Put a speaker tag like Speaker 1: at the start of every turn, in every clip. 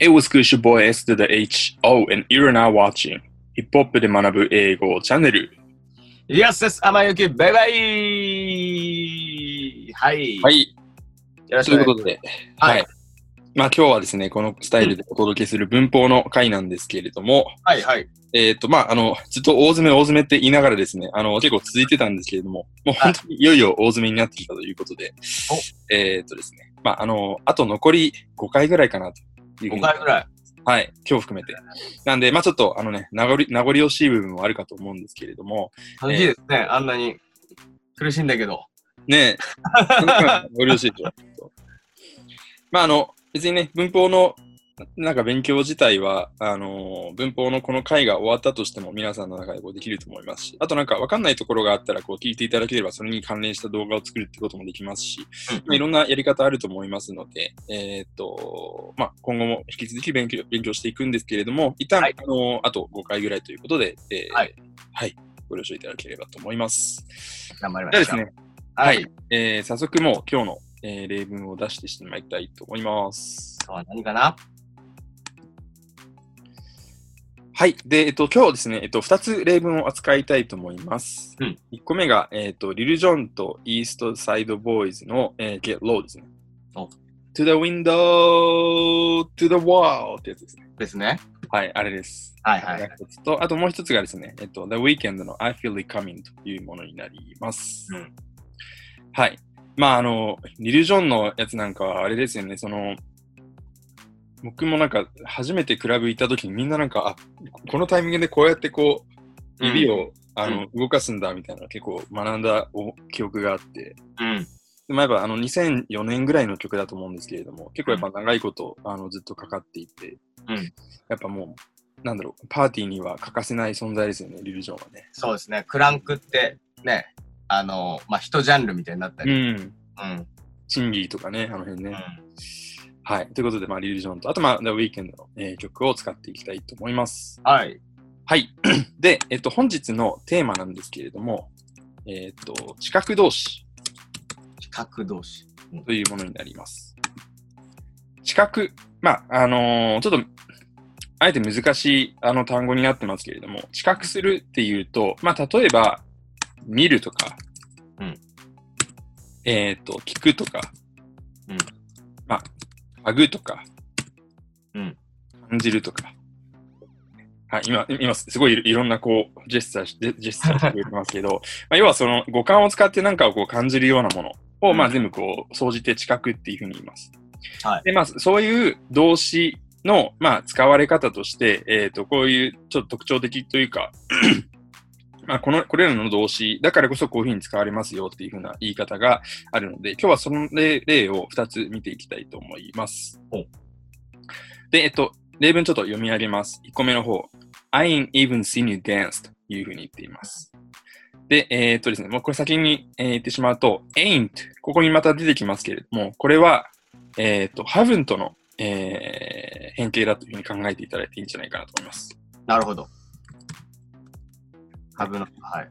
Speaker 1: Hey, what's good? It's your boy S to the H. Oh, and you're now watching ヒップホップで学ぶ英語チャンネル。
Speaker 2: Yes, yes, 天雪、バイバイはい。
Speaker 1: はい、
Speaker 2: よろし
Speaker 1: と
Speaker 2: く
Speaker 1: い
Speaker 2: お
Speaker 1: うこ
Speaker 2: 願いし
Speaker 1: とで、
Speaker 2: ます。
Speaker 1: はい。まあ今日はですね、このスタイルでお届けする文法の回なんですけれども、
Speaker 2: はい、はい。
Speaker 1: えっ、と、まああの、ずっと大詰め大詰めって言いながらですね、あの、結構続いてたんですけれども、もう本当にいよいよ大詰めになってきたということで、えっ、とですね、まああの、あと残り5回ぐらいかなというふう
Speaker 2: 5
Speaker 1: に
Speaker 2: 回ぐらい。
Speaker 1: はい、今日含めて。なんで、まあちょっと、あのね、名残、名残惜しい部分もあるかと思うんですけれども、
Speaker 2: 楽しいですね、あんなに苦しいんだけど。
Speaker 1: ねえ、名残惜しいでしょ。まああの、別にね、文法の、なんか勉強自体は、あのー文法のこの回が終わったとしても、皆さんの中でこうできると思いますし、あとなんかわかんないところがあったら、こう聞いていただければ、それに関連した動画を作るってこともできますし、まあ、いろんなやり方あると思いますので、えーっと、まあ、今後も引き続き勉強勉強していくんですけれども、一旦、
Speaker 2: はい
Speaker 1: あの、あと5回ぐらいということで、えー
Speaker 2: はい。
Speaker 1: はい。ご了承いただければと思います。
Speaker 2: 頑張りま
Speaker 1: ではで
Speaker 2: し
Speaker 1: す
Speaker 2: た。
Speaker 1: ね、
Speaker 2: はい。
Speaker 1: えー早速もう今日の、えー例文を出してしてまいりたいと思います。
Speaker 2: 今日は何かな
Speaker 1: はい。で、えっと、今日ですね、えっと、2つ例文を扱いたいと思います。
Speaker 2: うん
Speaker 1: 1個目が、えっと、リル・ジョンとイースト・サイド・ボーイズの、えー Get Low ですね
Speaker 2: お。
Speaker 1: To the window, to the wall ってやつですね。
Speaker 2: ですね。
Speaker 1: はい、あれです。
Speaker 2: はい、はい。
Speaker 1: 一つと、あともう一つがですね、えっと、The Weeknd の I Feel It Coming というものになります。
Speaker 2: うん
Speaker 1: はい。まあ、あの、リル・ジョンのやつなんかはあれですよね、その、僕もなんか初めてクラブ行った時にみんななんか、あ、このタイミングでこうやってこう、指を、あの、動かすんだみたいな結構学んだお記憶があって、
Speaker 2: うん。
Speaker 1: まあ、やっぱあの2004年ぐらいの曲だと思うんですけれども、結構やっぱ長いこと、あのずっとかかっていて、
Speaker 2: うん
Speaker 1: やっぱもう、なんだろう、パーティーには欠かせない存在ですよね、リル・ジョンはね。
Speaker 2: そうですね。クランクって、ね、あの、まあ、一ジャンルみたいになったり。
Speaker 1: うん。
Speaker 2: うん。
Speaker 1: チンギーとかね、あの辺ね。
Speaker 2: うん
Speaker 1: はい。ということで、まあ、リル・ジョンと、あと、まあ、The Weeknd の、えー曲を使っていきたいと思います。
Speaker 2: はい。
Speaker 1: はい。 で、えっと、本日のテーマなんですけれども、えーっと、知覚同士
Speaker 2: 比較同士。
Speaker 1: というものになります。知覚、まあ、あのーちょっと、あえて難しいあの単語になってますけれども、知覚するっていうと、まあ、例えば、見るとか、
Speaker 2: うん
Speaker 1: えっ、と、聞くとか、
Speaker 2: うん
Speaker 1: まあ、嗅ぐとか、
Speaker 2: うん
Speaker 1: 感じるとか、はい、今、今、すごいいろんなこう、ジェスチャーし、ジェジェスチャーしてくれてます けど、まあ、要はその五感を使って何かをこう感じるようなものを、まあ
Speaker 2: うん
Speaker 1: 全部こう、総じて知覚っていうふうに言います。
Speaker 2: はい
Speaker 1: で、まあそういう動詞の、まあ使われ方として、えっ、と、こういうちょっと特徴的というか、 まあこの、これらの動詞だからこそこういうふうに使われますよっていうふうな言い方があるので、今日はその例例を2つ見ていきたいと思います
Speaker 2: お。
Speaker 1: で、えっと、例文ちょっと読み上げます。1個目の方。I ain't even seen you dance というふうに言っています。で、えーっとですね、もうこれ先に、えー言ってしまうと、ain't、ここにまた出てきますけれども、これは、えーっと、haven't の、えー変形だというふうに考えていただいていいんじゃないかなと思います。
Speaker 2: なるほど。株の、は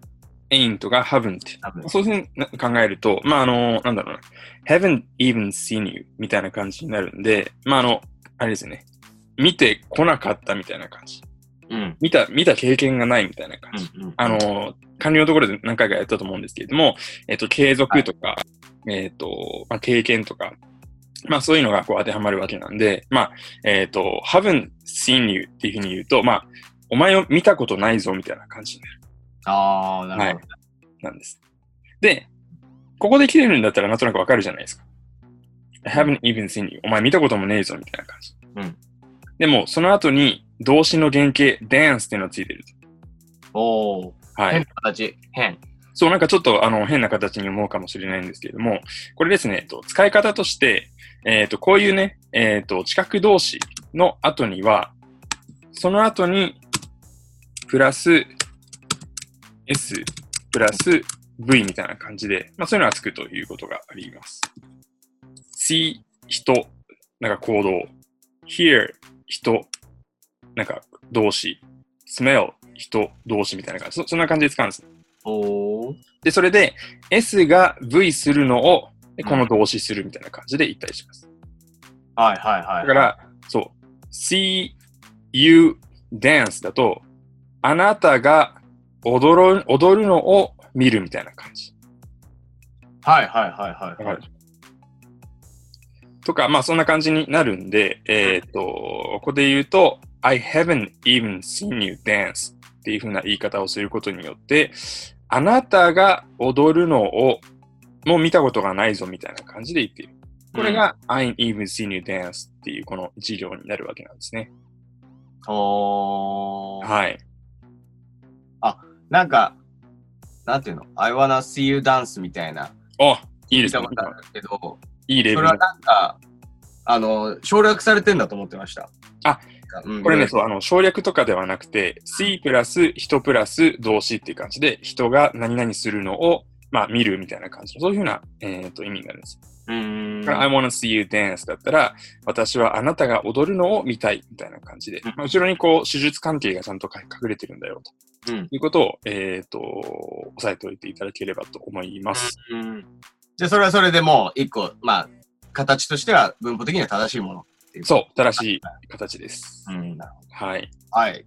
Speaker 2: い。
Speaker 1: ain't が haven't。
Speaker 2: 多分。
Speaker 1: そういうふうに考えると、まあ、あの、なんだろうな、haven't even seen you みたいな感じになるんで、まあ、あの、あれですね、見てこなかったみたいな感じ。
Speaker 2: うん。
Speaker 1: 見た、見た経験がないみたいな感
Speaker 2: う
Speaker 1: じ。
Speaker 2: ん。うん。
Speaker 1: あの、官僚のところで何回かやったと思うんですけれども、えっと、継続とか、えっと、まあ、経験とか、まあそういうのがこう当てはまるわけなんで、まあ、えっと、haven't seen you っていうふうに言うと、まあ、お前を見たことないぞみたいな感じに
Speaker 2: ああ、なるほど。
Speaker 1: なんです。で、ここで切れるんだったらなんとなくわかるじゃないですか。I haven't even seen you. お前見たこともねえぞみたいな感じ。
Speaker 2: うん
Speaker 1: でも、その後に動詞の原型、dance っていうのがついてる
Speaker 2: おお、
Speaker 1: と。はい
Speaker 2: 変。な形。変。
Speaker 1: そう、なんかちょっとあの変な形に思うかもしれないんですけれども、これですね、えっと使い方として、えっ、と、こういうね、えっ、と、知覚動詞の後には、その後に、プラス、S、プラス、V みたいな感じで、まあそういうのがつくということがあります。see、人、なんか行動、hear、人、なんか動詞、smell、人、動詞みたいな感じ。そそんな感じで使うんです。
Speaker 2: おお。
Speaker 1: で、それで S が V するのを、でこの動詞するみたいな感じで言ったりします。
Speaker 2: はいはいはい。
Speaker 1: だから、そう、 see you dance だと、あなたが踊る踊るのを見るみたいな感じ。
Speaker 2: はいはいはい
Speaker 1: わ
Speaker 2: は
Speaker 1: か
Speaker 2: い
Speaker 1: る。とか、まあそんな感じになるんで、えっ、と、ここで言うと、I haven't even seen you dance っていう風な言い方をすることによって、あなたが踊るのをもう見たことがないぞみたいな感じで言っている。これが、I ain't even seen you dance っていうこの一行になるわけなんですね。
Speaker 2: うん。おー
Speaker 1: はい。
Speaker 2: なんか、なんていうの ?I wanna see you dance みたいな。
Speaker 1: あ、いいで
Speaker 2: 見
Speaker 1: す
Speaker 2: た
Speaker 1: ね
Speaker 2: こ。とあるけど、
Speaker 1: いいレ
Speaker 2: そ
Speaker 1: ベ
Speaker 2: れ
Speaker 1: ル
Speaker 2: は。なんか、あの、省略されてんだと思ってました。
Speaker 1: あ、
Speaker 2: うん、
Speaker 1: これね、そう、あの、省略とかではなくて、C プラス、人プラス、動詞っていう感じで、人が何々するのを、まあ、見るみたいな感じ。そういうふうな、えっと、意味になるんです。
Speaker 2: うーん。
Speaker 1: だから I wanna see you dance だったら、私はあなたが踊るのを見たいみたいな感じで
Speaker 2: うん、
Speaker 1: まあ、後ろにこう、手術関係がちゃんとか隠れてるんだよ、と
Speaker 2: うん
Speaker 1: いうことを、えっと、押さえておいていただければと思います。
Speaker 2: うんで、それはそれでもう、一個、まあ、形としては文法的には正しいもの。
Speaker 1: そう、正しい形です。
Speaker 2: ん。
Speaker 1: はい。
Speaker 2: はい。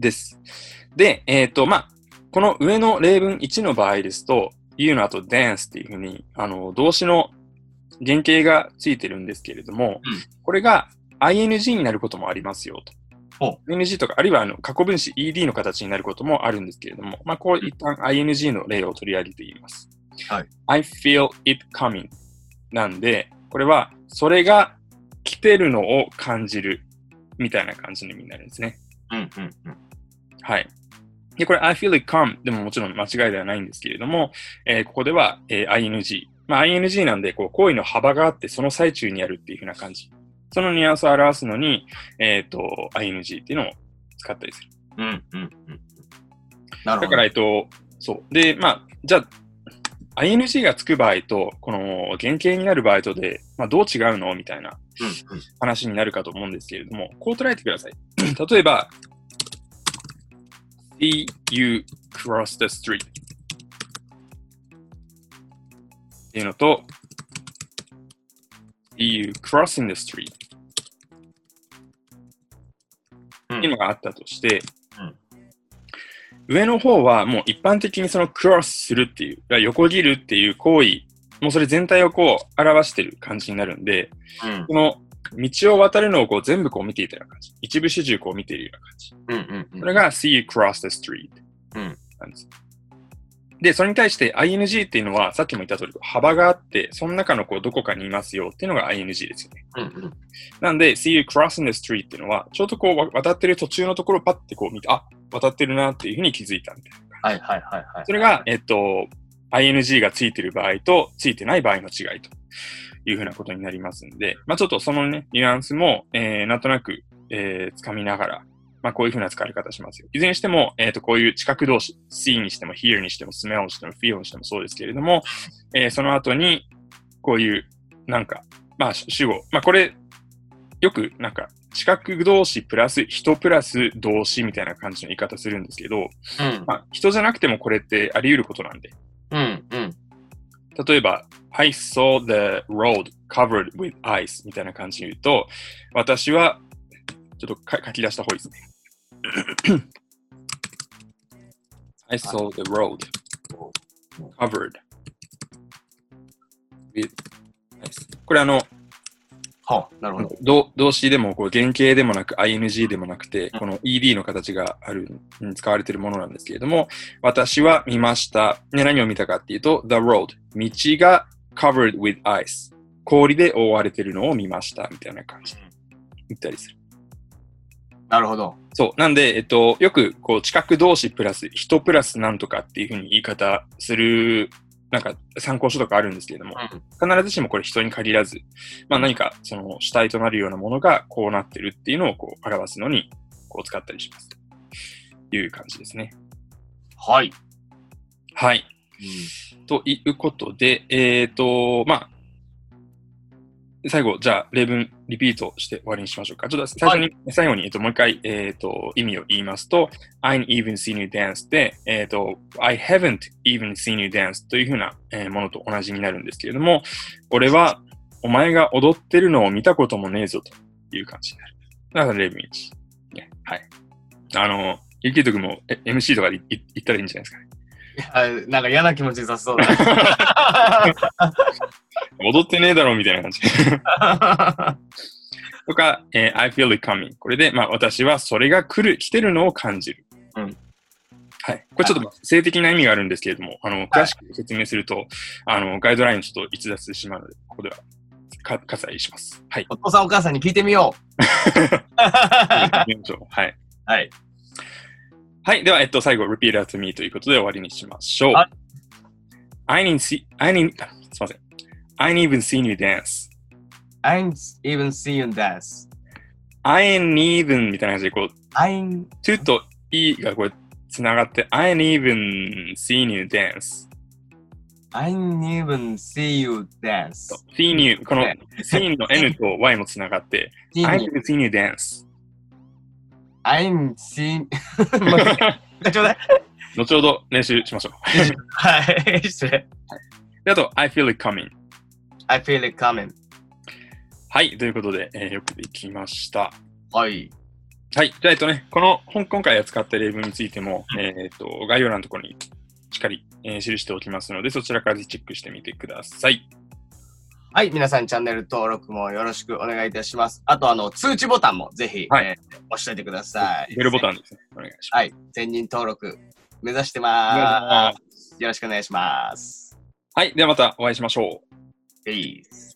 Speaker 1: です。で、えっ、と、まあ、この上の例文1の場合ですと、you の後 dance っていうふうに、あの、動詞の原型がついてるんですけれども、
Speaker 2: うん
Speaker 1: これが ing になることもありますよ
Speaker 2: ほ
Speaker 1: と。ing とか、あるいはあの過去分詞 ed の形になることもあるんですけれども、まあ、こう一旦 ing の例を取り上げています。
Speaker 2: はい
Speaker 1: I feel it coming なんで、これは、それが来てるのを感じるみたいな感じの意味になるんですね。
Speaker 2: うんうんうん。
Speaker 1: はい。で、これ、I feel it come でももちろん間違いではないんですけれども、えーここでは、えー ing。まあ、ing なんで、こう、行為の幅があって、その最中にやるっていう風な感じ。そのニュアンスを表すのに、えっ、と、ing っていうのを使ったりする。
Speaker 2: うんうんうん。なる
Speaker 1: だ
Speaker 2: ほ
Speaker 1: か
Speaker 2: ど
Speaker 1: ら、え。っ、と、そう。で、まあ、じゃあ、ing がつく場合と、この原型になる場合とで、まあ、どう違うのみたいな
Speaker 2: うんうん
Speaker 1: 話になるかと思うんですけれども、こう捉えてください。 例えば、see you cross the street っていうのと、see you crossing the street
Speaker 2: うん
Speaker 1: っていうのがあったとして、
Speaker 2: うん
Speaker 1: 上の方はもう一般的にその cross するっていう、横切るっていう行為、もうそれ全体をこう表してる感じになるんで、
Speaker 2: うん
Speaker 1: この道を渡るのをこう全部こう見ていたような感じ。一部始終こう見ているような感じ。
Speaker 2: うんうんうん。
Speaker 1: それが see you cross the street
Speaker 2: うん
Speaker 1: なんです。で、それに対して ing っていうのはさっきも言った通りこう幅があって、その中のこうどこかにいますよっていうのが ing ですよね。
Speaker 2: うんうん。
Speaker 1: なんで see you crossing the street っていうのはちょうどこうわ渡ってる途中のところをパッてこう見て、あ、渡ってるなっていうふうに気づいたみたいな。
Speaker 2: はいはいはいはい。
Speaker 1: それが、えっと、ing がついてる場合と、ついてない場合の違いというふうなことになりますんで、まあちょっとそのね、ニュアンスも、えー、なんとなく、えー、掴みながら、まあこういうふうな使われ方しますよ。いずれにしても、えっ、と、こういう知覚動詞、see にしても、hear にしても、smell にしても、feel にしてもそうですけれども、えー、その後に、こういう、なんか、まあ主語、まあこれ、よくなんか、知覚動詞プラス人プラス動詞みたいな感じの言い方するんですけど、
Speaker 2: うん
Speaker 1: まあ、人じゃなくてもこれってあり得ることなんで。
Speaker 2: うんうん。
Speaker 1: 例えば、I saw the road covered with ice みたいな感じで言うと、私は、ちょっとか書き出した方がいいですね。I saw the road covered with ice. これあの、
Speaker 2: はあ、なるほど。
Speaker 1: ど動詞でもこう原型でもなく ing でもなくて、この ed の形がある、うん使われているものなんですけれども、私は見ました。ね、何を見たかっていうと、the road、道が covered with ice、氷で覆われているのを見ました、みたいな感じで言ったりする。
Speaker 2: なるほど。
Speaker 1: そう。なんで、えっと、よく、こう、知覚同士プラス、人プラスなんとかっていうふうに言い方する、なんか、参考書とかあるんですけれども、
Speaker 2: うん
Speaker 1: 必ずしもこれ人に限らず、まあ何かその主体となるようなものがこうなってるっていうのをこう表すのにこう使ったりします。という感じですね。
Speaker 2: はい。
Speaker 1: はい。ということで、えっ、と、まあ、最後、じゃあ、例文、リピートして終わりにしましょうか。ちょっと最初に、最後に、えっと、もう一回、えっ、と、意味を言いますと、I ain't even seen you dance で、えっ、と、I haven't even seen you dance というふうな、えーものと同じになるんですけれども、これは、お前が踊ってるのを見たこともねえぞという感じになる。だから0分1。ね、はい。あの、ゆきとくんもえ MC とかでいい言ったらいいんじゃないですかね。
Speaker 2: あなんか嫌な気持ちにさせそう だ。
Speaker 1: 踊ってねえだろみたいな感じ。とか、えー I feel it coming。これで、まあ、私はそれが来る、来てるのを感じる。
Speaker 2: うん
Speaker 1: はい。これちょっと性的な意味があるんですけれども、あの、詳しく説明すると、あの、ガイドラインちょっと逸脱してしまうので、ここでは、か、割愛します。 はい。
Speaker 2: お父さんお母さんに聞いてみよ
Speaker 1: 行
Speaker 2: う。
Speaker 1: きましょうはい。
Speaker 2: はい。
Speaker 1: はい。では、えっと、最後、repeat after me ということで終わりにしましょう
Speaker 2: はい。
Speaker 1: I need see, I need, あすいません。I ain't even seen you dance.
Speaker 2: I'm even seeing dance.
Speaker 1: I ain't even みたいな感じで、こう、
Speaker 2: I'm
Speaker 1: to と e がこう、つながって、I ain't even seen you dance.
Speaker 2: I'm even see you dance.
Speaker 1: と seen you、この
Speaker 2: ね
Speaker 1: seen の n と y もつなが って、I ain't even seen you dance.
Speaker 2: I'm seen. もう一回ちょうだい。
Speaker 1: 後ほど練習しましょう。
Speaker 2: はい。失礼。
Speaker 1: であと、I feel it coming.
Speaker 2: I feel it coming.
Speaker 1: はい。ということで、えーよくできました。
Speaker 2: はい。
Speaker 1: はい。じゃあ、えっとね、この本今回扱った例文についても、えーっと、概要欄のところにしっかり、えー記しておきますので、そちらからぜひチェックしてみてください。
Speaker 2: はい。皆さん、チャンネル登録もよろしくお願いいたします。あと、あの、通知ボタンもぜひ、
Speaker 1: はい
Speaker 2: えー押しといてください。
Speaker 1: ベルボタンですね。お願いします。
Speaker 2: はい。全人登録、目指して
Speaker 1: お願いし
Speaker 2: ま
Speaker 1: ます
Speaker 2: す。よろしくお願いします。
Speaker 1: はい。ではまたお会いしましょう。
Speaker 2: Peace.